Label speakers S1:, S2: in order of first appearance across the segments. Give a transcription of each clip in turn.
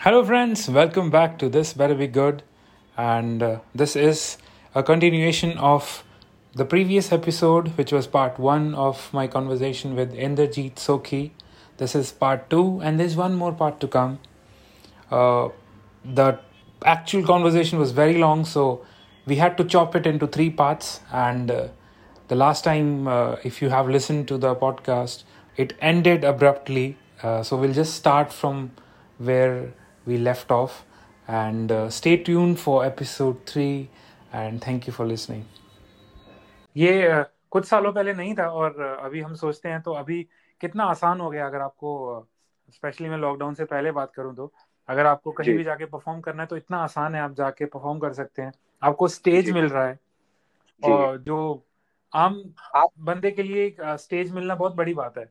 S1: Hello, friends, welcome back to This Better Be Good. And uh, this is a continuation of the previous episode, which was part one of my conversation with Inderjeet Sokhi. This is part two, and there's one more part to come. Uh, the actual conversation was very long, so we had to chop it into three parts. And uh, the last time, uh, if you have listened to the podcast, it ended abruptly. Uh, so we'll just start from where we left off and uh, stay tuned for episode 3 and thank you for listening ये uh, कुछ सालों पहले नहीं था और uh, अभी हम सोचते हैं तो अभी कितना आसान हो गया अगर आपको स्पेशली मैं लॉकडाउन से पहले बात करूं तो अगर आपको कहीं
S2: जी।
S1: भी जाके परफॉर्म करना है तो इतना आसान है आप जाके परफॉर्म कर सकते हैं आपको स्टेज
S2: जी।
S1: मिल रहा है
S2: जी
S1: और जो आम
S2: आप-
S1: बंदे के लिए एक स्टेज मिलना बहुत बड़ी बात है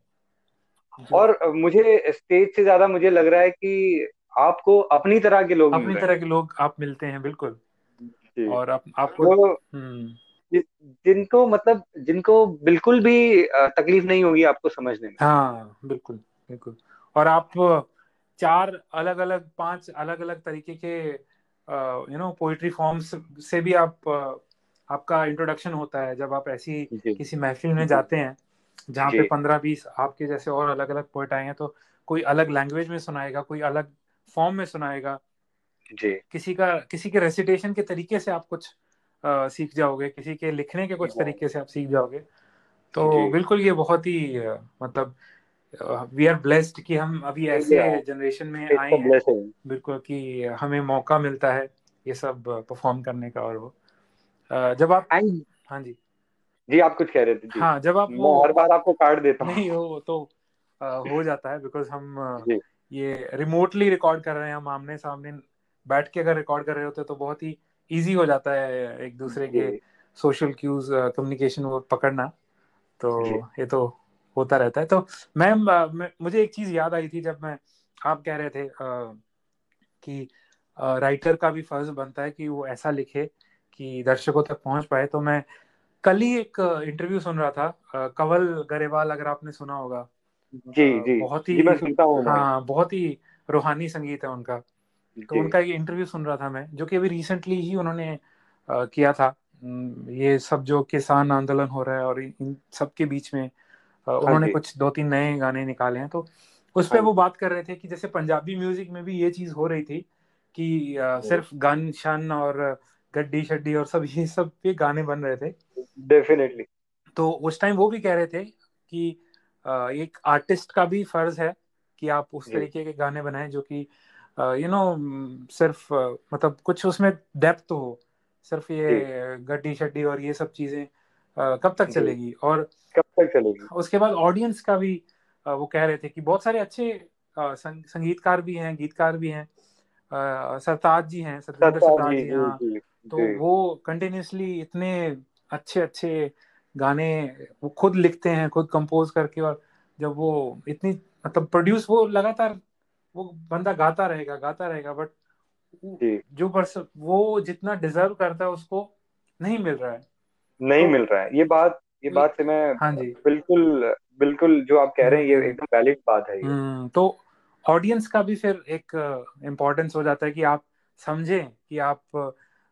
S2: और अ, मुझे स्टेज से ज्यादा मुझे लग रहा है कि आपको अपनी तरह के लोग
S1: अपनी
S2: मिल रहे
S1: तरह के लोग आप मिलते हैं बिल्कुल
S2: हैं जी।
S1: और आप, आपको
S2: वो
S1: हम्म
S2: जि- जिनको मतलब जिनको बिल्कुल भी अ, तकलीफ नहीं होगी आपको समझने में
S1: हाँ बिल्कुल बिल्कुल और आप चार अलग अलग पांच अलग अलग तरीके के यू नो पोइट्री फॉर्म्स से भी आप अ, आपका इंट्रोडक्शन होता है जब आप ऐसी
S2: जी
S1: किसी महफिल में जाते हैं जहाँ पे
S2: जी।
S1: पंद्रह बीस आपके जैसे और अलग अलग पोइट आए हैं तो कोई अलग लैंग्वेज में सुनाएगा कोई अलग फॉर्म में सुनाएगा
S2: जी
S1: किसी का किसी के रेसिटेशन के तरीके से आप कुछ अ, सीख जाओगे किसी के लिखने के कुछ
S2: जी।
S1: तरीके से आप सीख जाओगे तो
S2: जी।
S1: बिल्कुल ये बहुत ही अ, मतलब वी आर ब्लेस्ड कि हम अभी ऐसे
S2: Yeah.
S1: जनरेशन में आए
S2: इट्स अ
S1: हैं
S2: ब्लेसिंग
S1: बिल्कुल कि हमें मौका मिलता है ये सब परफॉर्म करने का और वो अ, जब आप
S2: एंड
S1: हाँ जी
S2: जी आप कुछ कह रहे थे जी
S1: हाँ जब आप
S2: मैं
S1: वो
S2: हर बार आपको काट देता हूँ
S1: नहीं हो तो अ, हो जाता है बिकॉज हम अ,
S2: जी
S1: ये रिमोटली रिकॉर्ड कर रहे हैं हम आमने सामने बैठ के अगर रिकॉर्ड कर रहे होते तो बहुत ही इजी हो जाता है एक दूसरे के
S2: जी
S1: सोशल क्यूज कम्युनिकेशन uh, वो पकड़ना तो
S2: जी।
S1: ये तो होता रहता है तो मैम अ, मैं- मुझे एक चीज़ याद आई थी जब मैं आप कह रहे थे अ, कि राइटर का भी फर्ज बनता है कि वो ऐसा लिखे कि दर्शकों तक पहुंच पाए तो मैं कल ही एक इंटरव्यू सुन रहा था अ, कंवल गरेवाल अगर आपने सुना होगा
S2: जी
S1: अ,
S2: जी
S1: बहुत
S2: जी मैं
S1: ही
S2: सुनता हूँ उन्हें।
S1: हाँ बहुत ही रूहानी संगीत है उनका तो
S2: जी
S1: उनका एक इंटरव्यू सुन रहा था मैं जो कि अभी रिसेंटली ही उन्होंने अ, किया था हम्म, ये सब जो किसान आंदोलन हो रहा है और इन इन सब के बीच में अ, उन्होंने
S2: हाँ जी।
S1: कुछ दो तीन नए गाने निकाले हैं तो उस पे
S2: हाँ
S1: वो बात कर रहे थे कि जैसे पंजाबी म्यूजिक में भी ये चीज हो रही थी कि अ,
S2: जी।
S1: सिर्फ गन शन और अ, गड्डी शड्डी और सब ये सब पे गाने बन रहे थे
S2: डेफिनेटली
S1: तो उस टाइम वो भी कह रहे थे कि अ, एक आर्टिस्ट का भी फर्ज है कि आप उस
S2: जी।
S1: तरीके के गाने बनाएं जो कि यू नो सिर्फ अ, मतलब कुछ उसमें डेप्थ हो सिर्फ ये गड्डी शड्डी और ये सब चीजें अ, कब तक
S2: जी।
S1: चलेगी और
S2: कब तक चलेगी
S1: उसके बाद ऑडियंस का भी अ, वो कह रहे थे कि बहुत सारे अच्छे अ, संग, संगीतकार भी हैं गीतकार भी हैं अ, सरताज जी हैं सतविंदर
S2: सरताज
S1: सरताज
S2: जी
S1: जी
S2: जी
S1: हाँ
S2: जी
S1: तो
S2: जी
S1: वो कंटिन्यूसली इतने अच्छे अच्छे गाने वो खुद लिखते हैं खुद कंपोज करके और जब वो इतनी मतलब प्रोड्यूस वो लगातार वो बंदा गाता रहेगा गाता रहेगा बट
S2: जी
S1: जो पर्सन वो जितना डिजर्व करता है उसको नहीं मिल रहा है
S2: नहीं
S1: तो-
S2: मिल रहा है ये बात ये बात से मैं
S1: हाँ जी
S2: बिल्कुल बिल्कुल जो आप कह रहे हैं ये
S1: हम्म।
S2: एकदम वैलिड बात है ये
S1: हम्म तो ऑडियंस का भी फिर एक इम्पोर्टेंस हो जाता है कि आप समझें कि आप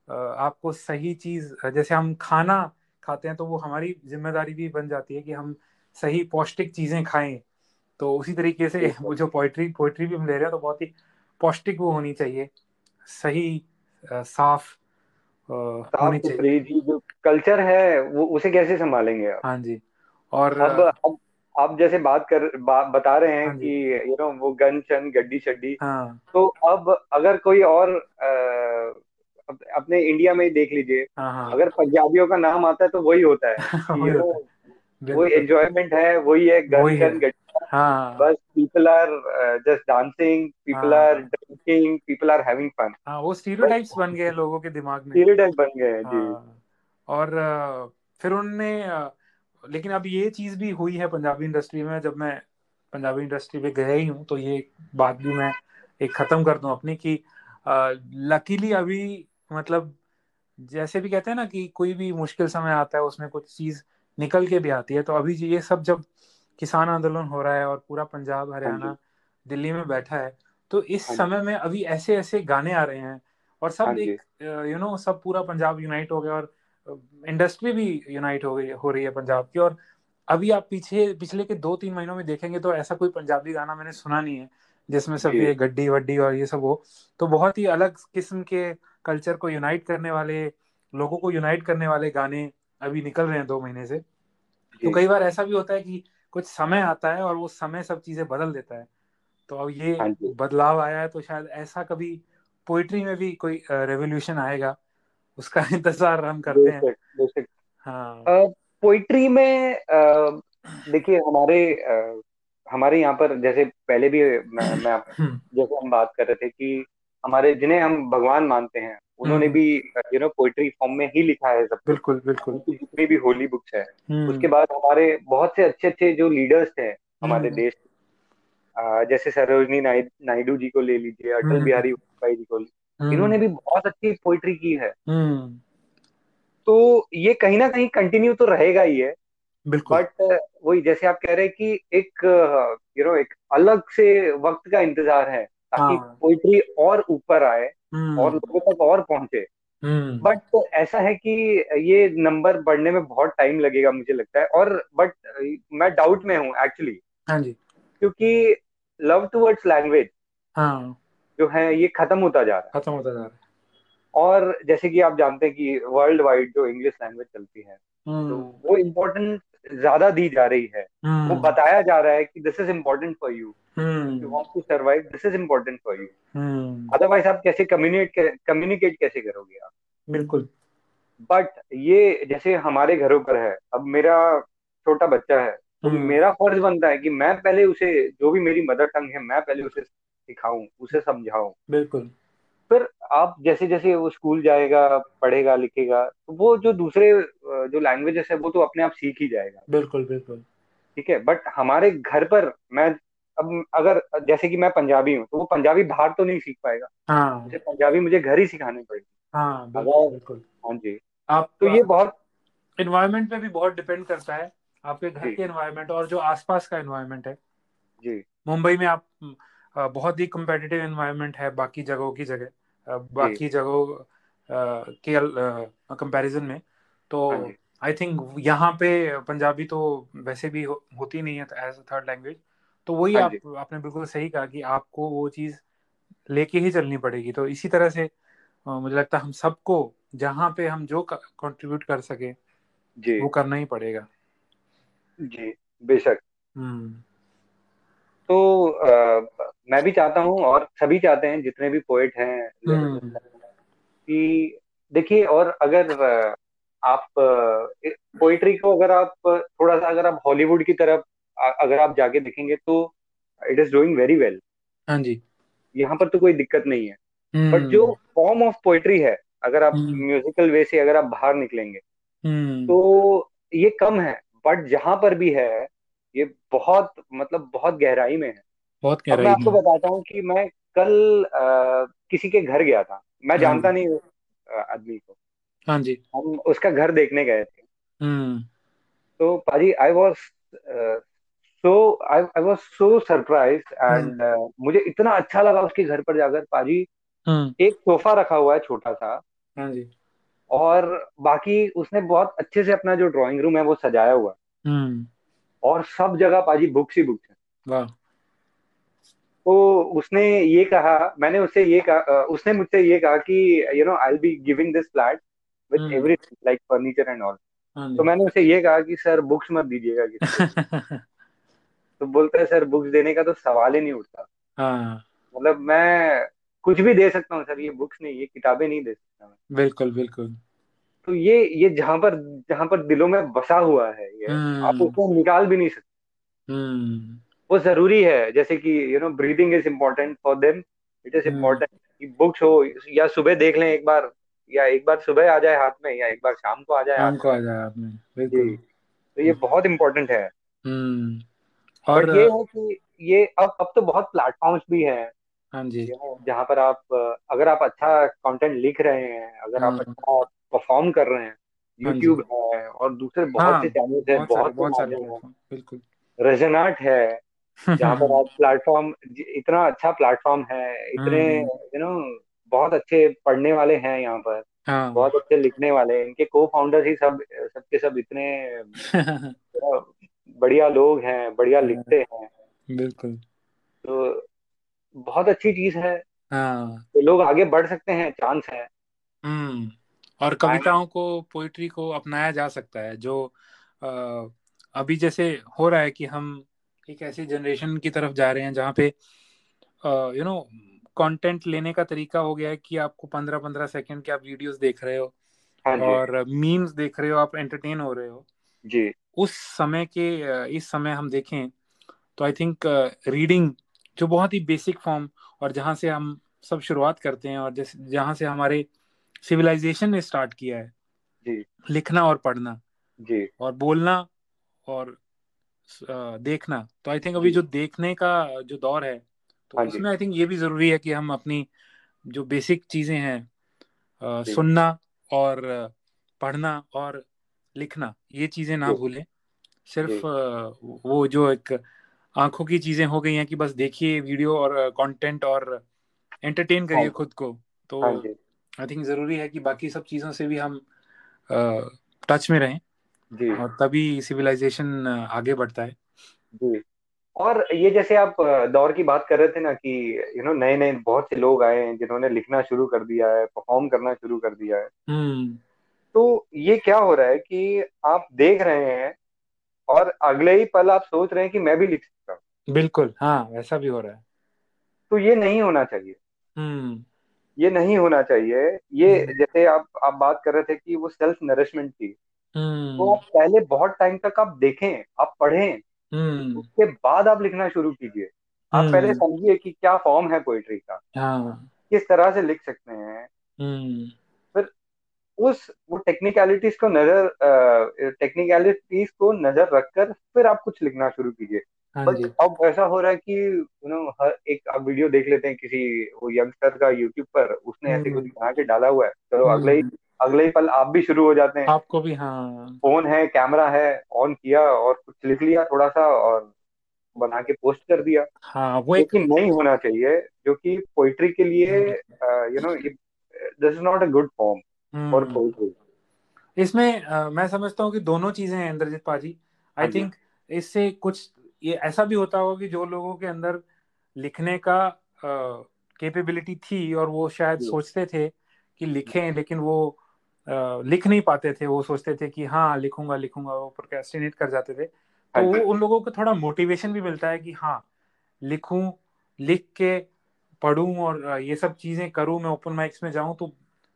S1: अ, आपको सही चीज जैसे हम खाना खाते हैं तो वो हमारी जिम्मेदारी भी बन जाती है कि हम सही पौष्टिक चीजें खाएं तो उसी तरीके से
S2: बिल्कुल।
S1: वो जो पोइट्री पोइट्री भी हम ले रहे हैं तो बहुत ही पौष्टिक वो होनी चाहिए सही अ, साफ अ,
S2: साफ
S1: होनी चाहिए
S2: सुथरी जी जो कल्चर है वो उसे कैसे संभालेंगे आप
S1: हाँ जी और
S2: अब
S1: अ,
S2: अब आप जैसे बात कर बा, बता रहे हैं
S1: हाँ
S2: कि
S1: जी
S2: यू नो वो गन शन गड्डी शड्डी
S1: हाँ
S2: तो अब अगर कोई और अ, अप- अपने इंडिया में ही देख लीजिए
S1: हाँ हाँ
S2: अगर पंजाबियों का नाम आता है तो वही होता है कि
S1: वही
S2: यू नो
S1: होता है
S2: वो
S1: बिल्कुल
S2: एंजॉयमेंट है वही है गन
S1: वही है
S2: शन गड्डी
S1: हाँ
S2: बस uh, people are just dancing people are
S1: हाँ
S2: drinking people are having fun
S1: हाँ वो
S2: बस
S1: स्टीरियोटाइप्स बन गए हैं लोगों के दिमाग में
S2: स्टीरियोटाइप बन गए हैं जी
S1: हाँ और अ, फिर उनने अ, लेकिन अब ये चीज़ भी हुई है पंजाबी इंडस्ट्री में जब मैं पंजाबी इंडस्ट्री में गया ही हूँ तो ये बात भी मैं एक ख़त्म कर दूँ अपनी कि लकीली अभी मतलब जैसे भी कहते हैं ना कि कोई भी मुश्किल समय आता है उसमें कुछ चीज़ निकल के भी आती है तो अभी ये सब जब किसान आंदोलन हो रहा है और पूरा पंजाब
S2: हाँ जी हाँ
S1: हरियाणा दिल्ली में बैठा है तो इस समय में अभी ऐसे ऐसे गाने आ रहे हैं और सब एक यू नो uh, सब पूरा पंजाब यूनाइट हो गया और इंडस्ट्री भी यूनाइट हो गई हो रही है पंजाब की और अभी आप पीछे पिछले के दो तीन महीनों में देखेंगे तो ऐसा कोई पंजाबी गाना मैंने सुना नहीं है जिसमें सब ये गड्डी वड्डी और ये सब हो तो बहुत ही अलग किस्म के कल्चर को यूनाइट करने वाले लोगों को यूनाइट करने वाले गाने अभी निकल रहे हैं दो महीने से तो कई बार ऐसा भी होता है कि कुछ समय आता है और वो समय सब चीजें बदल देता है तो अब
S2: हाँ
S1: ये बदलाव आया है तो शायद ऐसा कभी पोइट्री में भी कोई रेवोल्यूशन आएगा उसका इंतजार हम करते हैं
S2: हाँ पोइट्री में देखिए हमारे हमारे यहाँ पर जैसे पहले भी मैं, मैं आप,
S1: हम्म,
S2: जैसे हम बात कर रहे थे कि हमारे जिन्हें हम भगवान मानते हैं
S1: हम्म।
S2: उन्होंने भी यू नो पोइट्री फॉर्म में ही लिखा है सब
S1: बिल्कुल बिल्कुल हम्म।
S2: जितनी भी होली बुक्स है उसके बाद हमारे बहुत से अच्छे अच्छे जो लीडर्स थे हमारे
S1: हम्म,
S2: देश जैसे सरोजनी नायडू जी को ले लीजिए
S1: हम्म।
S2: अटल बिहारी वाजपेयी जी को इन्होंने भी बहुत अच्छी पोइट्री की है
S1: हम्म,
S2: तो ये कहीं ना कहीं कंटिन्यू तो रहेगा ही है
S1: बिल्कुल
S2: बट वही जैसे आप कह रहे हैं कि एक यू नो एक अलग से वक्त का इंतजार है ताकि हाँ. पोइट्री और ऊपर आए
S1: हम्म।
S2: और लोगों तक और पहुंचे बट तो ऐसा है कि ये नंबर बढ़ने में बहुत टाइम लगेगा मुझे लगता है और बट मैं डाउट में हूँ एक्चुअली
S1: हाँ जी
S2: क्योंकि लव टुवर्ड्स लैंग्वेज
S1: हाँ
S2: जो है ये खत्म होता जा रहा
S1: है खत्म होता जा रहा है
S2: और जैसे कि आप जानते हैं कि वर्ल्ड वाइड जो इंग्लिश लैंग्वेज चलती है
S1: हम्म,
S2: तो वो इम्पोर्टेंट ज्यादा दी जा रही है वो
S1: हम्म,
S2: बताया जा रहा है कि this is important for you you want to survive this is important for you
S1: हम्म,
S2: अदरवाइज आप कैसे कम्युनिकेट कम्युनिकेट कैसे करोगे आप
S1: बिल्कुल
S2: बट ये जैसे हमारे घरों पर है अब मेरा छोटा बच्चा है तो
S1: हम्म।
S2: मेरा फर्ज बनता है कि मैं पहले उसे जो भी मेरी मदर टंग है मैं पहले उसे सिखाऊं उसे समझाऊं
S1: बिल्कुल
S2: फिर आप जैसे जैसे वो स्कूल जाएगा पढ़ेगा लिखेगा तो वो जो दूसरे जो लैंग्वेजेस है वो तो अपने आप सीख ही जाएगा
S1: बिल्कुल बिल्कुल
S2: ठीक है बट हमारे घर पर मैं अब अगर जैसे कि मैं पंजाबी हूँ तो वो पंजाबी बाहर तो नहीं सीख पाएगा
S1: हाँ
S2: मुझे पंजाबी मुझे घर ही सिखानी पड़ेगी
S1: हाँ बिल्कुल बिल्कुल
S2: हाँ जी
S1: आप
S2: तो ये बहुत
S1: इन्वायरमेंट पे भी बहुत डिपेंड करता है आपके घर के एनवायरनमेंट और जो आसपास का एनवायरनमेंट है
S2: जी
S1: मुंबई में आप बहुत ही कम्पेटिटिव एनवायरनमेंट है बाकी जगहों की जगह बाकी जगहों के कंपैरिजन में तो
S2: हाँ
S1: आई थिंक यहाँ पे पंजाबी तो वैसे भी हो, होती नहीं है एज थर्ड लैंग्वेज तो वही आप आपने बिल्कुल सही कहा कि आपको वो चीज़ लेके ही चलनी पड़ेगी तो इसी तरह से मुझे लगता है हम सबको जहाँ पे हम जो कंट्रीब्यूट कर सके वो करना ही पड़ेगा हम्म।
S2: जी बेशक तो आ, मैं भी चाहता हूँ और सभी चाहते हैं जितने भी पोएट हैं कि देखिए और अगर आप पोइट्री को अगर आप थोड़ा सा अगर आप हॉलीवुड की तरफ अगर आप जाके देखेंगे तो it is doing very well
S1: हाँ जी हम्म।
S2: यहाँ पर तो कोई दिक्कत नहीं है बट जो फॉर्म ऑफ पोइट्री है अगर आप म्यूजिकल वे से अगर आप बाहर निकलेंगे
S1: हम्म।
S2: तो ये कम है बट जहां पर भी है ये बहुत मतलब बहुत गहराई में है
S1: बहुत गहराई
S2: मैं आपको बताता हूँ कि मैं कल आ, किसी के घर गया था मैं जानता नहीं उस आदमी को
S1: हाँ जी हम्म।
S2: हम उसका घर देखने गए थे तो paaji I was so I was so surprise and मुझे इतना अच्छा लगा उसके घर पर जाकर पाजी एक सोफा रखा हुआ है छोटा सा
S1: हाँ जी
S2: और बाकी उसने बहुत अच्छे से अपना जो ड्राइंग रूम है वो सजाया हुआ
S1: हम्म।
S2: और सब जगह पाजी बुक्स ही बुक्स
S1: है
S2: तो उसने ये कहा मैंने उससे ये कहा उसने मुझसे ये कहा कि you know I be giving this flat with everything like furniture and all
S1: हाँ
S2: तो
S1: हम्म।
S2: मैंने उसे ये कहा कि सर बुक्स मत दीजिएगा किसी तो बोलता है सर बुक्स देने का तो सवाल ही नहीं उठता
S1: हाँ।
S2: मतलब मैं कुछ भी दे सकता हूँ सर ये बुक्स नहीं ये किताबें नहीं दे सकता मैं
S1: बिल्कुल बिल्कुल
S2: तो ये ये जहां पर जहां पर दिलों में बसा हुआ है ये आप उसको निकाल भी नहीं
S1: हम्म।
S2: सकते वो जरूरी है जैसे कि you know breathing is important for them it is important कि बुक्स हो या सुबह देख लें एक बार या एक बार सुबह आ जाए हाथ में या एक बार शाम को आ जाए
S1: शाम को आ जाए हाथ में बिल्कुल हम्म।
S2: तो ये बहुत इम्पोर्टेंट है
S1: और
S2: ये है कि ये अब अब तो बहुत प्लेटफॉर्म्स भी हैं
S1: हाँ जी
S2: जहाँ पर आप अगर आप अच्छा कंटेंट लिख रहे हैं अगर आप अच्छा परफॉर्म कर रहे हैं यूट्यूब है और दूसरे हाँ बहुत से चैनल है बहुत
S1: बहुत सारे बिल्कुल
S2: रेजनाट है जहाँ पर
S1: हाँ।
S2: आज प्लेटफॉर्म इतना अच्छा प्लेटफॉर्म है इतने यू नो बहुत अच्छे पढ़ने वाले हैं यहाँ पर
S1: हाँ
S2: बहुत अच्छे लिखने वाले इनके को फाउंडर ही सब सबके सब इतने बढ़िया लोग हैं बढ़िया
S1: हाँ।
S2: लिखते हैं
S1: बिल्कुल
S2: तो बहुत अच्छी चीज है
S1: हाँ
S2: तो लोग आगे बढ़ सकते हैं चांस है
S1: हम्म और कविताओं को पोइट्री को अपनाया जा सकता है जो अ, अभी जैसे हो रहा है कि हम एक ऐसी जनरेशन की तरफ जा रहे हैं जहाँ पे यू नो कंटेंट लेने का तरीका हो गया है कि आपको पंद्रह पंद्रह सेकंड के आप वीडियोस देख रहे हो
S2: हाँ जी
S1: और मीम्स देख रहे हो आप एंटरटेन हो रहे हो
S2: जी
S1: उस समय के अ, इस समय हम देखें तो आई थिंक रीडिंग जो बहुत ही बेसिक फॉर्म और जहाँ से हम सब शुरुआत करते हैं और जिस जहाँ से हमारे सिविलाइजेशन ने स्टार्ट किया है
S2: जी
S1: लिखना और पढ़ना
S2: जी
S1: और बोलना और अ, देखना तो आई थिंक अभी
S2: जी।
S1: जो देखने का जो दौर है तो
S2: हाँ जी।
S1: उसमें आई थिंक ये भी जरूरी है कि हम अपनी जो बेसिक चीजें हैं अ,
S2: जी।
S1: सुनना और अ, पढ़ना और लिखना ये चीजें ना
S2: जी।
S1: भूलें सिर्फ
S2: जी।
S1: अ, वो जो एक आंखों की चीजें हो गई हैं कि बस देखिए वीडियो और कंटेंट और एंटरटेन करिए
S2: हाँ।
S1: खुद को तो
S2: हाँ जी
S1: आई थिंक जरूरी है कि बाकी सब चीजों से भी हम टच में रहें
S2: जी
S1: और तभी सिविलाइजेशन आगे बढ़ता है
S2: जी और ये जैसे आप अ, दौर की बात कर रहे थे ना कि यू नो नए नए बहुत से लोग आए हैं जिन्होंने लिखना शुरू कर दिया है परफॉर्म करना शुरू कर दिया है
S1: हम्म
S2: तो ये क्या हो रहा है कि आप देख रहे हैं और अगले ही पल आप सोच रहे हैं कि मैं भी लिख सकता हूँ
S1: बिल्कुल हाँ वैसा भी हो रहा है
S2: तो ये नहीं होना चाहिए
S1: हम्म
S2: ये नहीं होना चाहिए ये
S1: हम्म
S2: जैसे आप आप बात कर रहे थे कि वो सेल्फ नरिशमेंट की तो
S1: हम्म
S2: आप पहले बहुत टाइम तक आप देखें आप पढ़ें
S1: हम्म,
S2: उसके बाद आप लिखना शुरू कीजिए आप पहले
S1: हम्म,
S2: समझिए कि क्या फॉर्म है पोइट्री का
S1: हाँ
S2: किस तरह से लिख सकते हैं
S1: हम्म
S2: फिर उस वो टेक्निकलिटीज को नजर टेक्निकलिटीज को नजर रखकर फिर आप कुछ लिखना शुरू कीजिए
S1: हाँ
S2: बट
S1: जी
S2: अब ऐसा हो रहा है कि यू नो हर एक आप वीडियो देख लेते हैं किसी वो यंगस्टर का यूट्यूब पर उसने ऐसे कुछ
S1: हम्म
S2: बना के डाला हुआ है चलो अगले ही
S1: हम्म
S2: अगले ही पल आप भी शुरू हो जाते हैं
S1: आपको भी हाँ
S2: फोन है कैमरा है ऑन किया और कुछ लिख लिया थोड़ा सा और बना के पोस्ट कर दिया
S1: हाँ वो
S2: जो
S1: एक हम्म।
S2: कि नहीं होना चाहिए जो कि पोइट्री के लिए you know this is not a good form for
S1: हम्म
S2: पोइट्री
S1: इसमें अ, मैं समझता हूँ कि दोनों चीजें हैं इंद्रजीत पाजी आई
S2: हाँ जी
S1: थिंक इससे कुछ ये ऐसा भी होता होगा कि जो लोगों के अंदर लिखने का कैपेबिलिटी थी और वो शायद
S2: जी
S1: सोचते थे कि लिखें लेकिन वो अ, लिख नहीं पाते थे वो सोचते थे कि हाँ लिखूंगा लिखूंगा वो प्रोक्रेस्टिनेट कर जाते थे
S2: हाँ
S1: तो वो
S2: जी
S1: उन लोगों को थोड़ा मोटिवेशन भी मिलता है कि हाँ लिखूं लिख के पढूं और अ, ये सब चीजें करूं मैं ओपन माइक्स में जाऊं तो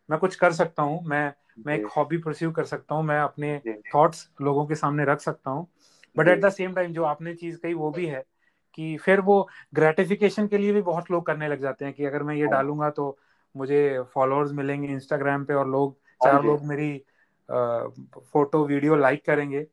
S1: मैं कुछ कर सकता हूं मैं मैं एक
S2: जी
S1: हॉबी परस्यू कर सकता हूँ मैं अपने
S2: जी
S1: थॉट्स लोगों के सामने रख सकता हूँ बट
S2: जी
S1: एट द सेम टाइम जो आपने चीज़ कही वो भी है कि फिर वो ग्रेटिफिकेशन के लिए भी बहुत लोग करने लग जाते हैं कि अगर मैं ये
S2: हाँ
S1: डालूंगा तो मुझे फॉलोअर्स मिलेंगे इंस्टाग्राम पे और लोग
S2: हाँ
S1: चार
S2: जी
S1: लोग मेरी फोटो वीडियो लाइक करेंगे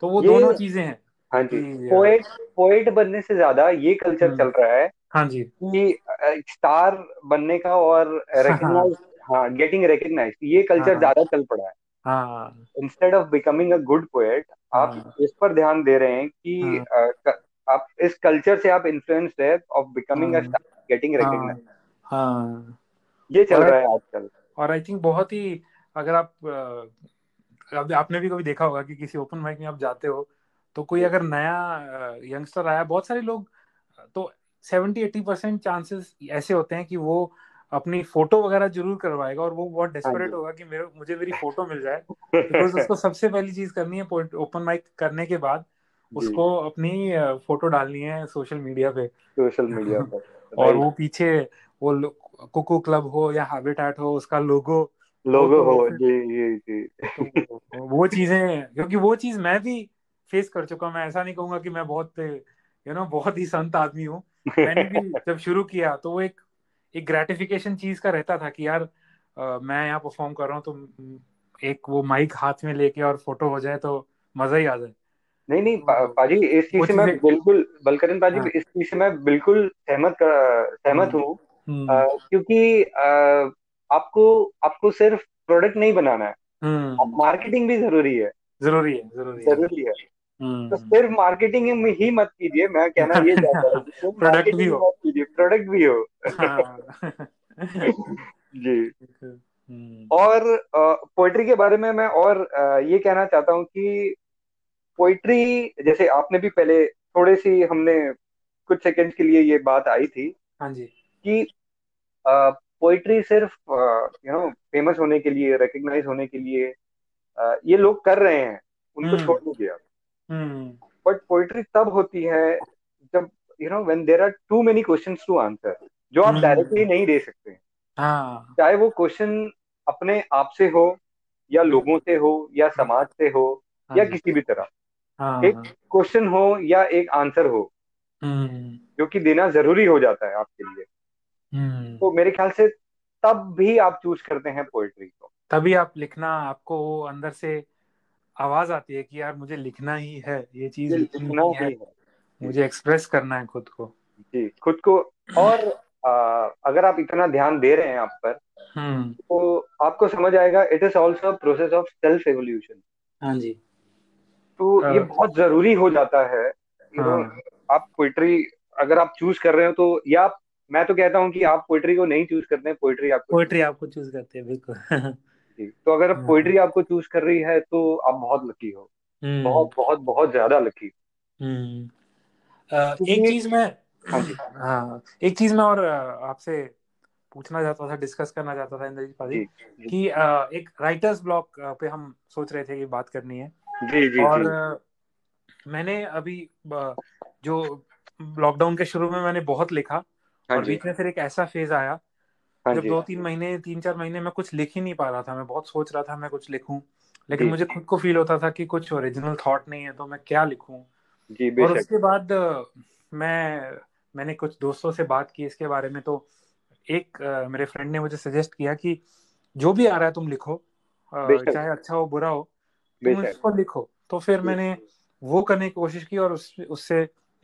S1: तो वो
S2: ये
S1: दोनों चीज़ें हैं
S2: हाँ जी
S1: कि अ,
S2: पोएट पोएट बनने से ज्यादा ये कल्चर
S1: हम्म,
S2: चल रहा है
S1: हाँ जी
S2: कि स्टार बनने का और
S1: हाँ
S2: रिकग्नाइज हाँ गेटिंग रिकग्नाइज ये कल्चर
S1: हाँ
S2: ज्यादा चल पड़ा है
S1: हाँ
S2: instead of becoming a good poet आप
S1: हाँ
S2: इस पर ध्यान दे रहे हैं कि
S1: हाँ
S2: अ, क- आप इस कल्चर से आप इन्फ्लुएंस्ड है ऑफ बिकमिंग अ
S1: हाँ
S2: स्टार गेटिंग
S1: हाँ
S2: रिकग्नाइज
S1: हाँ
S2: ये चल
S1: और
S2: रहा है आजकल
S1: और आई थिंक बहुत ही अगर आप अ, आप- आपने भी कभी देखा होगा कि किसी ओपन माइक में आप जाते हो तो कोई
S2: जी
S1: अगर नया यंगस्टर आया बहुत सारे लोग अ, तो सेवेंटी एट्टी परसेंट चांसेस ऐसे होते हैं कि वो अपनी फोटो वगैरह जरूर करवाएगा और वो बहुत
S2: हाँ
S1: डेस्परेट
S2: जी
S1: होगा कि मेरे मुझे मेरी फोटो मिल जाए बिकॉज उसको सबसे पहली चीज करनी है ओपन माइक करने के बाद
S2: जी
S1: उसको अपनी फोटो डालनी है सोशल मीडिया पे
S2: सोशल मीडिया पर
S1: और
S2: राइट
S1: वो पीछे वो लो- कुकू क्लब हो या हैबिटेट हो उसका लोगो वो
S2: लोगो
S1: तो
S2: हो
S1: फिर
S2: जी जी जी
S1: तो वो चीजें क्योंकि वो चीज मैं भी फेस कर चुका हूं मैं ऐसा नहीं कहूंगा कि मैं बहुत यू नो बहुत ही संत आदमी हूँ मैंने भी जब शुरू किया तो वो एक एक ग्रेटिफिकेशन चीज का रहता था कि यार अ, मैं यहाँ परफॉर्म कर रहा हूँ तो म, एक वो माइक हाथ में लेके और फोटो हो जाए तो मजा ही आ जाए
S2: नहीं नहीं पा,
S1: तो
S2: पाजी इस चीज
S1: वो
S2: से मैं
S1: चीजें
S2: बिल्कुल बलकरन पाजी
S1: हाँ
S2: इस चीज से मैं बिल्कुल सहमत कर, सहमत
S1: हम्म
S2: हूँ
S1: हम्म
S2: अ, क्योंकि अ, आपको आपको सिर्फ प्रोडक्ट नहीं बनाना है आप
S1: हम्म
S2: मार्केटिंग भी जरूरी है
S1: जरूरी है जरूरी है
S2: जरूरी है तो
S1: हम्म।
S2: सिर्फ मार्केटिंग में ही मत कीजिए मैं कहना ये चाहता हूँ
S1: प्रोडक्ट भी हो
S2: मत कीजिए प्रोडक्ट भी हो
S1: हाँ।
S2: जी
S1: हम्म,
S2: और पोइट्री के बारे में मैं और आ, ये कहना चाहता हूँ कि पोइट्री जैसे आपने भी पहले थोड़े सी हमने कुछ सेकंड्स के लिए ये बात आई थी
S1: हाँ जी
S2: कि पोइट्री सिर्फ यू नो फेमस होने के लिए रिकग्नाइज होने के लिए आ, ये लोग कर रहे हैं उनको छोड़ दीजिए आप
S1: हम्म,
S2: बट पोइट्री तब होती है जब you know when there are too many questions to answer जो आप डायरेक्टली नहीं दे सकते हैं
S1: हाँ
S2: चाहे वो क्वेश्चन अपने आप से हो या लोगों से हो या समाज से हो
S1: हाँ
S2: या किसी भी तरह एक क्वेश्चन हो या एक आंसर हो
S1: हम्म,
S2: जो कि देना जरूरी हो जाता है आपके
S1: हम्म।
S2: लिए तो मेरे ख्याल से तब भी आप चूज करते हैं पोएट्री को
S1: तभी आप लिखना आपको अंदर से आवाज आती है कि यार मुझे लिखना ही है ये चीज
S2: लिखना ही है, है।
S1: मुझे एक्सप्रेस करना है खुद को
S2: जी खुद को और आ, अगर आप इतना ध्यान दे रहे हैं आप पर
S1: हम्म।
S2: तो आपको समझ आएगा it is also process of self evolution
S1: हाँ जी
S2: तो
S1: हाँ।
S2: आ, ये बहुत जरूरी हो जाता है यू नो आप पोइट्री अगर आप चूज कर रहे हो तो या मैं तो कहता हूँ कि आप पोइट्री को नहीं चूज करते हैं पोइट्री आपको
S1: पोइट्री आपको चूज करते हैं बिल्कुल
S2: जी तो अगर
S1: हाँ।
S2: पोइट्री आपको चूज कर रही है तो आप बहुत लकी हो
S1: हम्म।
S2: बहुत बहुत बहुत ज्यादा लकी तो
S1: एक चीज मैं हाँ एक चीज मैं और आपसे पूछना चाहता था डिस्कस करना चाहता था इंद्रजीत पाजी कि एक राइटर्स ब्लॉक पे हम सोच रहे थे कि बात करनी है
S2: जी जी
S1: और मैंने अभी जो लॉकडाउन के शुरू में मैंने बहुत लिखा
S2: हाँ
S1: और बीच में फिर एक ऐसा फेज आया जब दो तीन महीने तीन चार महीने मैं कुछ लिख ही नहीं पा रहा था मैं बहुत सोच रहा था मैं कुछ लिखूं लेकिन मुझे खुद को फील होता था कि कुछ ओरिजिनल थॉट नहीं है तो मैं क्या लिखूं
S2: जी
S1: और उसके बाद मैं मैंने कुछ दोस्तों से बात की इसके बारे में तो एक आ, मेरे फ्रेंड ने मुझे सजेस्ट किया कि जो भी आ रहा है तुम लिखो आ, चाहे अच्छा हो बुरा हो तुम उसको लिखो तो फिर मैंने वो करने की कोशिश की और उस उससे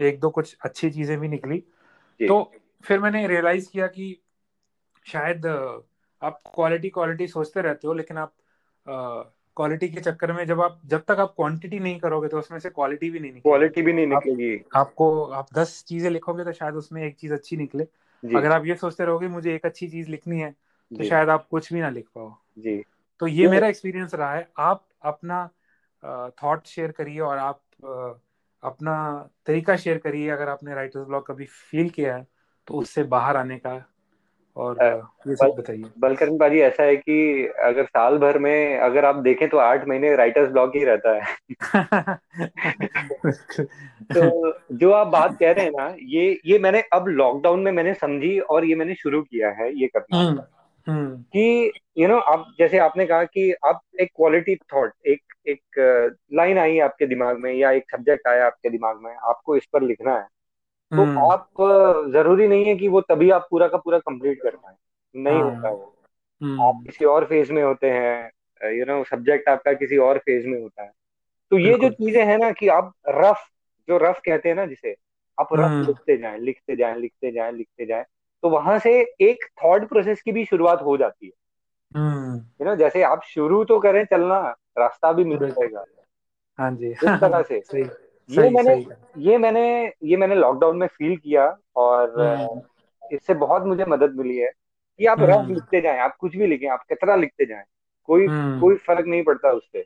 S1: एक दो कुछ अच्छी चीजें भी निकली तो फिर मैंने रियलाइज किया कि शायद आप क्वालिटी क्वालिटी सोचते रहते हो लेकिन आप क्वालिटी के चक्कर में जब आप जब तक आप क्वांटिटी नहीं करोगे तो उसमें से क्वालिटी भी नहीं
S2: क्वालिटी भी नहीं निकलेगी
S1: आप, आपको आप दस चीजें लिखोगे तो शायद उसमें एक चीज अच्छी निकले अगर आप ये सोचते रहोगे मुझे एक अच्छी चीज लिखनी है तो शायद आप कुछ भी ना लिख पाओ
S2: जी
S1: तो ये मेरा एक्सपीरियंस रहा है आप अपना थॉट शेयर करिए और आप अपना तरीका शेयर करिए अगर आपने राइटर्स ब्लॉग कभी फील किया है तो उससे बाहर आने का और ये सब बताइए
S2: बलकरण पाजी ऐसा है कि अगर साल भर में अगर आप देखें तो आठ महीने राइटर्स ब्लॉक ही रहता है तो जो आप बात कह रहे हैं ना ये ये मैंने अब लॉकडाउन में मैंने समझी और ये मैंने शुरू किया है ये
S1: हाँ।
S2: करना
S1: हम्म,
S2: कि यू you नो know, आप जैसे आपने कहा कि आप एक क्वालिटी थॉट एक एक लाइन आई आपके दिमाग में या एक सब्जेक्ट आया आपके दिमाग में आपको इस पर लिखना है तो
S1: हम्म,
S2: आप जरूरी नहीं है कि वो तभी आप पूरा का पूरा कंप्लीट कर पाए नहीं
S1: हाँ।
S2: होता
S1: हम्म,
S2: वो आप किसी और फेज में होते हैं यू नो सब्जेक्ट आपका किसी और फेज में होता है तो ये जो चीजें हैं ना कि आप रफ जो रफ कहते हैं ना जिसे आप रफ लिखते जाए लिखते जाए लिखते जाए लिखते जाए तो वहां से एक थॉट प्रोसेस की भी शुरुआत हो जाती है
S1: हम्म,
S2: यू नो जैसे आप शुरू तो करें चलना रास्ता भी मिल जाएगा
S1: हाँ जी
S2: इस तरह से ये मैंने ये मैंने ये मैंने लॉकडाउन में फील किया
S1: हम्म।
S2: और इससे बहुत मुझे मदद मिली है कि आप रफ लिखते जाएं आप कुछ भी लिखें आप कितना लिखते जाएं कोई
S1: हम्म।
S2: कोई फर्क नहीं पड़ता उससे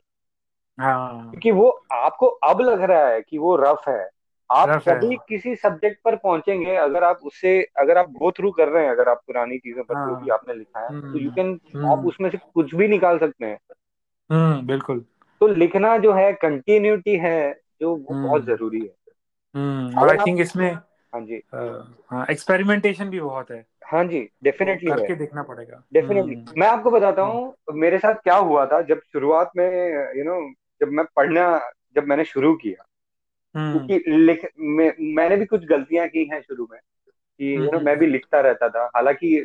S1: हाँ।
S2: क्योंकि वो आपको अब लग रहा है कि वो रफ है आप रफ कभी है। किसी सब्जेक्ट पर पहुंचेंगे अगर आप उससे अगर आप गो थ्रू कर रहे हैं अगर आप पुरानी चीजों पर जो भी आपने लिखा है तो यू कैन आप उसमें से कुछ भी निकाल सकते हैं
S1: हम्म, बिल्कुल
S2: तो लिखना जो है कंटिन्यूटी है जो बहुत जरूरी है
S1: और आई थिंक हम्म, इसमें
S2: हाँ जी
S1: एक्सपेरिमेंटेशन भी बहुत है
S2: हाँ जी डेफिनेटली
S1: करके देखना पड़ेगा
S2: डेफिनेटली मैं आपको बताता हूँ मेरे साथ क्या हुआ था जब शुरुआत में यू नो जब मैं पढ़ना जब मैंने शुरू किया
S1: हम्म,
S2: क्योंकि लिख मैं, मैंने भी कुछ गलतियां की हैं शुरू में कि यू नो मैं भी लिखता रहता था हालांकि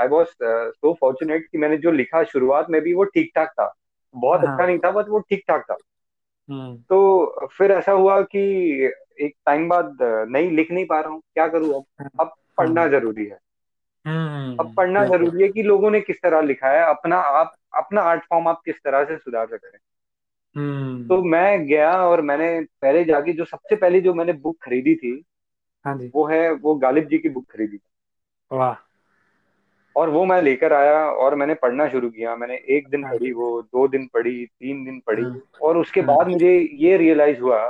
S2: आई वॉज सो फॉर्चुनेट कि मैंने जो लिखा शुरुआत में भी वो ठीक ठाक था बहुत अच्छा नहीं था बट वो ठीक ठाक था
S1: हम्म,
S2: तो फिर ऐसा हुआ कि एक टाइम बाद uh, नहीं लिख नहीं पा रहा हूँ क्या करूँ अब अब पढ़ना जरूरी है
S1: हम्म,
S2: अब पढ़ना जरूरी है कि लोगों ने किस तरह लिखा है अपना आप अपना आर्ट फॉर्म आप किस तरह से सुधार सकते हैं
S1: हम्म
S2: तो मैं गया और मैंने पहले जाके जो सबसे पहले जो मैंने बुक खरीदी थी
S1: हाँ जी
S2: वो है वो गालिब जी की बुक खरीदी
S1: वाह
S2: और वो मैं लेकर आया और मैंने पढ़ना शुरू किया मैंने एक दिन
S1: हाँ।
S2: पढ़ी वो दो दिन पढ़ी तीन दिन पढ़ी
S1: हाँ।
S2: और उसके
S1: हाँ।
S2: बाद मुझे ये रियलाइज हुआ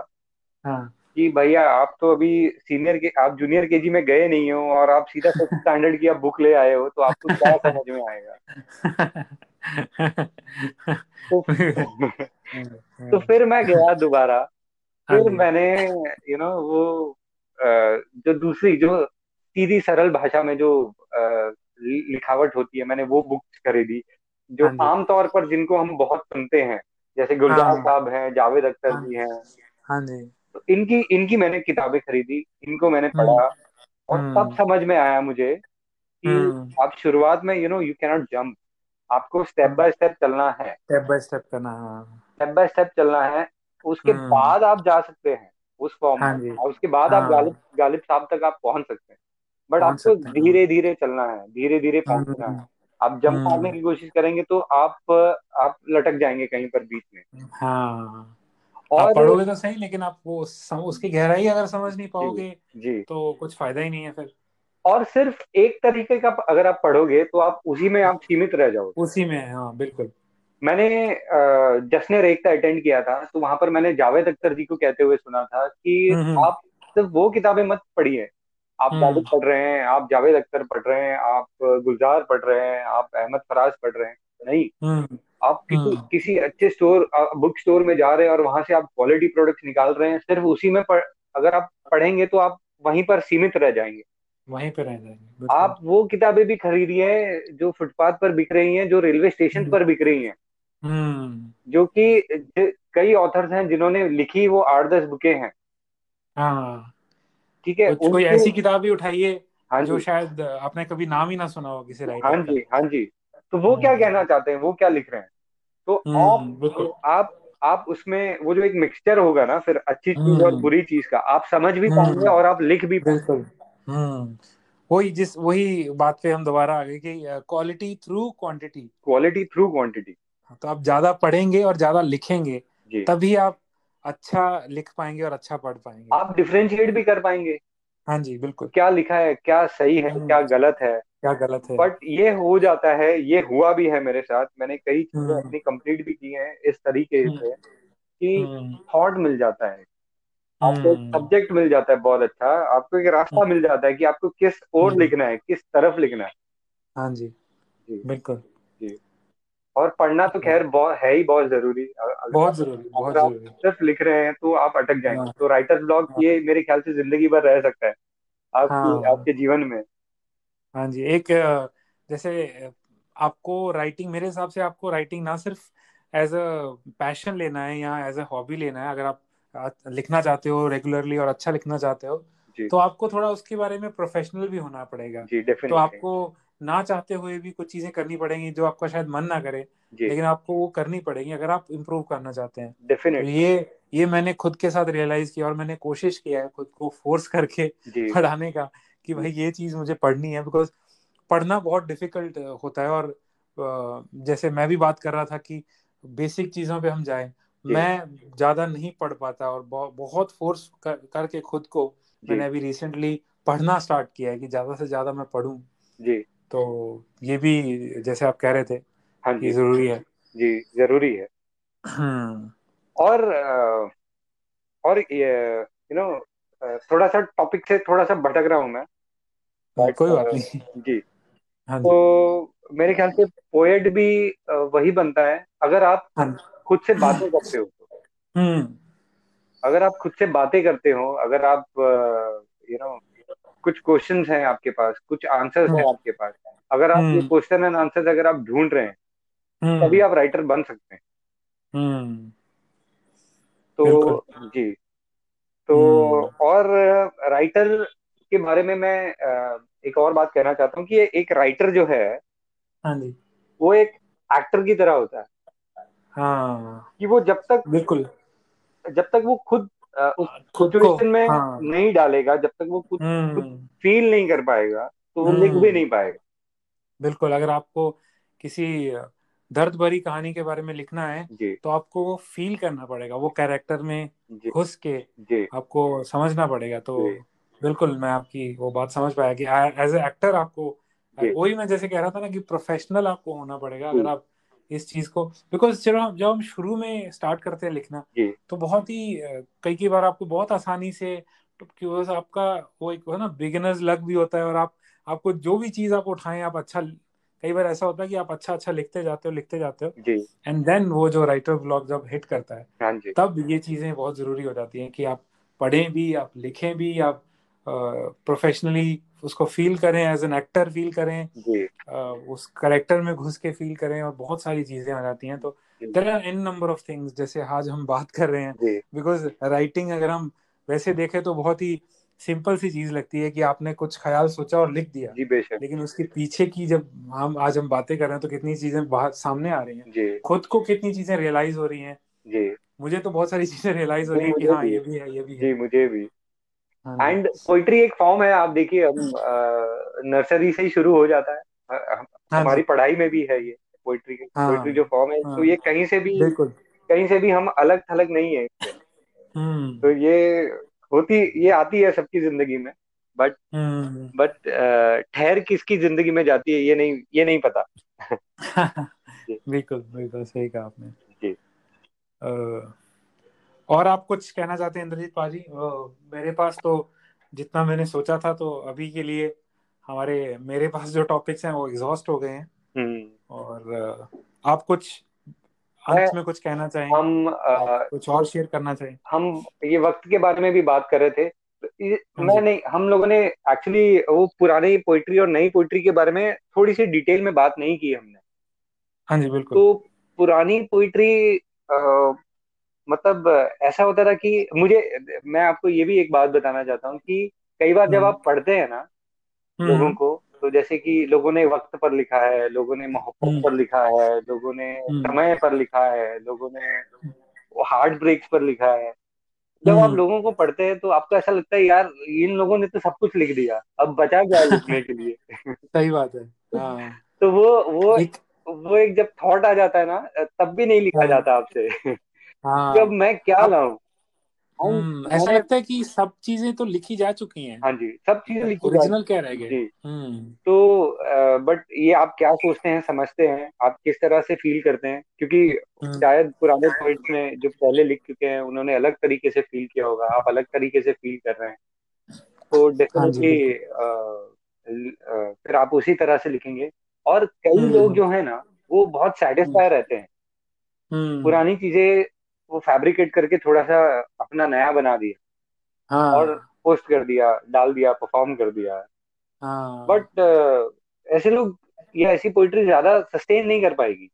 S1: हाँ
S2: कि भैया आप तो अभी सीनियर के आप जूनियर केजी में गए नहीं हो और आप सीधा सिक्स स्टैंडर्ड की आप बुक ले आए हो तो आपको क्या समझ में आएगा
S1: हम्म,
S2: तो तो फिर मैं गया दोबारा
S1: हाँ
S2: फिर
S1: जी।
S2: मैंने यू नो वो अ, जो दूसरी जो सीधी सरल भाषा में जो अ, लि- लिखावट होती है मैंने वो बुक्स खरीदी जो
S1: हाँ जी।
S2: आमतौर पर जिनको हम बहुत सुनते हैं जैसे गुलजार
S1: हाँ।
S2: साहब हैं जावेद अख्तर
S1: हाँ।
S2: जी हैं
S1: हाँ जी
S2: तो इनकी इनकी मैंने किताबें खरीदी इनको मैंने
S1: हम्म,
S2: पढ़ा और तब
S1: हम्म,
S2: समझ में आया मुझे कि
S1: हम्म,
S2: आप शुरुआत में you know you cannot jump आपको स्टेप
S1: हाँ।
S2: बाय स्टेप चलना है
S1: स्टेप बाय स्टेप करना हाँ
S2: स्टेप बाय स्टेप चलना है उसके
S1: हम्म,
S2: बाद आप जा सकते हैं उस फॉर्म
S1: हाँ
S2: तक
S1: जी
S2: और उसके बाद आप
S1: हाँ
S2: गालिब गालिब साहब तक आप पहुंच सकते हैं बट
S1: पहुंच
S2: आपको
S1: सकते हैं हाँ।
S2: धीरे धीरे चलना है धीरे धीरे पहुंचना है
S1: हम्म,
S2: आप जंप मारने
S1: हम्म,
S2: की कोशिश करेंगे तो आप आप लटक जाएंगे कहीं पर बीच में
S1: हाँ आप
S2: और
S1: पढ़ोगे तो सही लेकिन आप वो सम, उसकी गहराई अगर समझ नहीं
S2: जी
S1: पाओगे
S2: जी
S1: तो कुछ फायदा ही नहीं है फिर
S2: और सिर्फ एक तरीके का अगर आप पढ़ोगे तो आप उसी में आप सीमित रह जाओगे
S1: उसी में हाँ बिल्कुल
S2: मैंने अ, जश्न रेखता अटेंड किया था तो वहां पर मैंने जावेद अख्तर जी को कहते हुए सुना था कि
S1: हम्म हम्म
S2: आप सिर्फ वो किताबें मत पढ़िए आप गालिब
S1: हम्म,
S2: पढ़ रहे हैं आप जावेद अख्तर पढ़ रहे हैं आप अ, गुलजार पढ़ रहे हैं आप अहमद फराज पढ़ रहे हैं नहीं
S1: हम्म,
S2: आप किसी
S1: हम्म,
S2: किसी अच्छे स्टोर बुक स्टोर में जा रहे हैं और वहां से आप क्वालिटी प्रोडक्ट्स निकाल रहे हैं सिर्फ उसी में पढ़ अगर आप पढ़ेंगे तो आप वहीं पर सीमित रह जाएंगे
S1: वहीं पे रह जाएंगे
S2: आप
S1: बिल्कुल
S2: वो किताबें भी खरीदिए जो फुटपाथ पर बिक रही हैं जो रेलवे स्टेशन
S1: हम्म
S2: पर बिक रही हैं
S1: हम्म,
S2: जो कि ज- कई ऑथर्स हैं जिन्होंने लिखी वो आठ दस बुकें हैं
S1: हाँ
S2: ठीक है
S1: कुछ कोई
S2: उनके
S1: ऐसी किताब भी उठाइए
S2: हाँ
S1: जो
S2: जी
S1: शायद आपने कभी नाम ही ना सुना हो किसी
S2: हाँ
S1: राइटर का
S2: जी हाँ जी तो वो क्या
S1: हम्म
S2: कहना चाहते हैं वो क्या लिख रहे हैं तो आप
S1: हम्म बिल्कुल
S2: आप आप उसमें वो जो एक मिक्सचर होगा ना फिर अच्छी चीज और
S1: हम्म
S2: बुरी चीज का आप समझ भी पाएंगे
S1: हम्म
S2: और आप लिख भी पाएंगे
S1: बिल्कुल हम्म वही जिस वही बात पे हम दोबारा आ गए कि quality through quantity
S2: quality through quantity
S1: तो आप ज्यादा पढ़ेंगे और ज्यादा लिखेंगे
S2: जी
S1: तभी आप अच्छा लिख पाएंगे और अच्छा पढ़ पाएंगे
S2: आप डिफरेंशिएट भी कर पाएंगे
S1: हाँ जी बिल्कुल
S2: क्या लिखा है क्या सही है
S1: हम्म
S2: क्या गलत है
S1: क्या गलत है
S2: बट ये हो जाता है ये हुआ भी है मेरे साथ मैंने कई चीजें
S1: हम्म
S2: अपनी कंप्लीट भी की हैं इस तरीके
S1: हम्म
S2: से कि
S1: हम्म
S2: थॉट मिल जाता है आपको एक
S1: हम्म
S2: सब्जेक्ट मिल जाता है बहुत अच्छा आपको एक
S1: Hmm.
S2: रास्ता मिल जाता है कि आपको किस ओर
S1: हम्म,
S2: लिखना है किस तरफ लिखना है
S1: हाँ जी
S2: जी
S1: बिल्कुल
S2: जी और पढ़ना तो खैर बहुत है ही बहुत जरूरी अ-
S1: Hmm.
S2: अगर
S1: बहुत
S2: आप
S1: जरूरी बहुत
S2: अगर आप
S1: जरूरी
S2: सिर्फ लिख रहे हैं तो आप अटक जाएंगे
S1: हाँ
S2: तो राइटर्स ब्लॉक
S1: हाँ
S2: ये मेरे ख्याल से जिंदगी भर रह सकता है आपकी
S1: हाँ
S2: आपके जीवन में
S1: हाँ जी एक अ, जैसे अ, आपको राइटिंग मेरे हिसाब से आपको राइटिंग ना सिर्फ एज अ पैशन लेना है या एज अ हॉबी लेना है अगर आप अ, लिखना चाहते हो रेगुलरली और अच्छा लिखना चाहते हो
S2: जी
S1: तो आपको थोड़ा उसके बारे में प्रोफेशनल भी होना पड़ेगा
S2: जी
S1: तो
S2: डेफिनेटली
S1: आपको ना चाहते हुए भी कुछ चीज़ें करनी पड़ेंगी जो आपका शायद मन ना करे
S2: जी
S1: लेकिन आपको वो करनी पड़ेंगी अगर आप इम्प्रूव करना चाहते हैं तो
S2: डेफिनेटली
S1: ये ये मैंने खुद के साथ रियलाइज किया और मैंने कोशिश किया है खुद को फोर्स करके
S2: जी
S1: पढ़ाने का कि
S2: जी
S1: भाई ये चीज़ मुझे पढ़नी है बिकॉज पढ़ना बहुत डिफिकल्ट होता है और अ, जैसे मैं भी बात कर रहा था कि बेसिक चीज़ों पे हम जाएं
S2: जी
S1: मैं ज़्यादा नहीं पढ़ पाता और बहु, बहुत फोर्स कर, करके खुद को
S2: जी
S1: मैंने अभी रिसेंटली पढ़ना स्टार्ट किया है कि ज़्यादा से ज़्यादा मैं पढ़ूं
S2: जी
S1: तो ये भी जैसे आप कह रहे थे
S2: हाँ
S1: कि
S2: जी
S1: ज़रूरी है
S2: जी जरूरी है
S1: हम्म
S2: और अ, और यू नो थोड़ा सा टॉपिक से थोड़ा सा भटक रहा हूँ मैं
S1: हम्म, कोई बात
S2: बट
S1: नहीं
S2: हाँ जी
S1: हाँ जी
S2: तो मेरे ख्याल से पोएट भी अ, वही बनता है अगर आप
S1: हाँ
S2: खुद से बातें करते हो
S1: हम्म
S2: अगर आप खुद से बातें करते हो अगर आप यू नो कुछ क्वेश्चंस हैं आपके पास कुछ आंसर्स हैं
S1: हम्म
S2: आपके पास अगर आप ये
S1: हम्म
S2: क्वेश्चन एंड आंसर्स अगर आप ढूंढ रहे हैं तभी
S1: हम्म
S2: आप राइटर बन सकते हैं
S1: हम्म, बिल्कुल
S2: तो जी तो
S1: हम्म
S2: और राइटर के बारे में मैं अ, एक और बात कहना चाहता हूँ कि ये एक राइटर जो है
S1: हाँ जी
S2: वो एक एक्टर की तरह होता है
S1: हाँ
S2: कि वो जब तक
S1: बिल्कुल
S2: जब तक वो खुद अ, उस
S1: खुद को
S2: सिचुएशन तो में
S1: हाँ
S2: नहीं डालेगा जब तक वो खुद खुद
S1: हम्म
S2: फील नहीं कर पाएगा तो वो लिख भी
S1: हम्म
S2: नहीं पाएगा
S1: बिल्कुल अगर आपको किसी दर्द भरी कहानी के बारे में लिखना है
S2: जी
S1: तो आपको वो फील करना पड़ेगा वो कैरेक्टर में
S2: जी
S1: घुस के
S2: जी
S1: आपको समझना पड़ेगा तो
S2: जी।
S1: बिल्कुल मैं आपकी वो बात समझ पाया कि एज ए एक्टर आपको
S2: जी।
S1: वही मैं जैसे कह रहा था ना कि प्रोफेशनल आपको होना पड़ेगा
S2: जी।
S1: अगर आप इस चीज को बिकॉज जब हम जब हम शुरू में स्टार्ट करते हैं लिखना
S2: जी।
S1: तो बहुत ही अ, कई कई बार आपको बहुत आसानी से because आपका वो एक है ना बिगिनर्स लग भी होता है और आप आपको जो भी चीज आप उठाएं आप अच्छा कई बार ऐसा होता है कि आप अच्छा अच्छा लिखते जाते हो लिखते जाते हो
S2: जी
S1: एंड देन वो जो राइटर ब्लॉग जब हिट करता है
S2: हाँ जी
S1: तब ये चीजें बहुत जरूरी हो जाती हैं कि आप पढ़ें भी आप लिखें भी आप प्रोफेशनली उसको फील करें एज एन एक्टर फील करें
S2: जी
S1: अ, उस करेक्टर में घुस के फील करें और बहुत सारी चीजें आ जाती हैं तो
S2: जी।
S1: There are an number of things जैसे आज हम बात कर रहे हैं
S2: जी
S1: बिकॉज राइटिंग अगर हम वैसे देखें तो बहुत ही सिंपल सी चीज लगती है कि आपने कुछ ख्याल सोचा और लिख दिया
S2: जी बेशक
S1: लेकिन उसके पीछे की जब हम आज हम बातें कर रहे हैं तो कितनी चीजें बाहर सामने आ रही हैं
S2: जी
S1: खुद को कितनी चीजें रियलाइज हो रही हैं
S2: जी
S1: मुझे तो बहुत सारी चीजें रियलाइज हो
S2: जी,
S1: रही है कि
S2: मुझे
S1: हाँ
S2: भी।
S1: ये भी है ये भी है
S2: जी मुझे भी
S1: हाँ हम्म। जी
S2: एंड पोइट्री एक फॉर्म है आप देखिए हम नर्सरी से ही शुरू हो जाता है अ, हम-
S1: हाँ
S2: हमारी
S1: जी
S2: पढ़ाई में भी है ये पोइट्री पोइट्री जो
S1: हाँ
S2: फॉर्म है तो
S1: हाँ
S2: ये कहीं से भी
S1: बिल्कुल
S2: कहीं से भी हम अलग थलग नहीं है इससे तो
S1: हम्म
S2: ये होती ये आती है सबकी जिंदगी में बट
S1: हम्म
S2: बट ठहर किसकी जिंदगी में जाती है ये नहीं ये नहीं पता जी
S1: बिल्कुल बिल्कुल सही कहा आपने
S2: जी
S1: अ, और आप कुछ कहना चाहते हैं इंद्रजीत पाजी अ, मेरे पास तो जितना मैंने सोचा था तो अभी के लिए हमारे मेरे पास जो टॉपिक्स हैं वो एग्जॉस्ट हो गए हैं
S2: हम्म
S1: और अ, आप कुछ
S2: मैं
S1: अंत में कुछ कहना चाहें
S2: हम
S1: आप
S2: अ,
S1: कुछ और शेयर करना चाहें
S2: हम ये वक्त के बारे में भी बात कर रहे थे तो ये-
S1: हाँ
S2: मैं
S1: जी
S2: नहीं हम लोगों ने एक्चुअली वो पुराने पोइट्री और नई पोइट्री के बारे में थोड़ी सी डिटेल में बात नहीं की हमने
S1: हाँ जी बिल्कुल
S2: तो पुरानी पोइट्री मतलब अ, ऐसा होता था कि मुझे मैं आपको ये भी एक बात बताना चाहता हूँ कि कई बार जब
S1: हम्म
S2: आप पढ़ते हैं ना लोगों
S1: हम्म
S2: को तो जैसे कि लोगों ने वक्त पर लिखा है लोगों ने मोहब्बत
S1: हम्म
S2: पर लिखा है लोगों ने
S1: हम्म
S2: समय पर लिखा है लोगों ने हार्ट ब्रेक्स पर लिखा है जब आप
S1: हम्म
S2: लोगों को पढ़ते हैं तो आपको ऐसा लगता है यार इन लोगों ने तो सब कुछ लिख दिया अब बचा क्या है लिखने के लिए
S1: सही बात है हाँ
S2: तो वो वो
S1: एक
S2: वो एक जब थॉट आ जाता है ना तब भी नहीं लिखा
S1: हाँ
S2: जाता आपसे कि अब
S1: हाँ
S2: मैं क्या
S1: अब
S2: लाऊं हम
S1: हम्म ऐसा
S2: मैंने
S1: लगता है कि सब चीजें तो लिखी जा चुकी हैं
S2: हाँ जी सब चीजें लिखी जा
S1: ओरिजिनल क्या रह गए
S2: जी
S1: हम्म
S2: तो बट ये आप क्या सोचते हैं समझते हैं आप किस तरह से फील करते हैं क्योंकि
S1: हम्म
S2: शायद पुराने पोइट्स ने जो पहले लिख चुके हैं उन्होंने अलग तरीके से फील किया होगा आप अलग तरीके से फील कर रहे हैं तो
S1: हाँ जी
S2: डेफिनेटली
S1: बिल्कुल
S2: फिर आप उसी तरह से लिखेंगे और कई लोग
S1: हम्म
S2: जो है ना वो बहुत
S1: हम्म
S2: सेटिस्फाई रहते हैं
S1: हम्म,
S2: पुरानी चीजें वो फैब्रिकेट करके थोड़ा सा अपना नया बना दिया और
S1: हाँ
S2: पोस्ट कर दिया डाल दिया परफॉर्म कर दिया uh,
S1: हाँ
S2: बट ऐसे लोग ये ऐसी पोइट्री ज्यादा सस्टेन नहीं कर पाएगी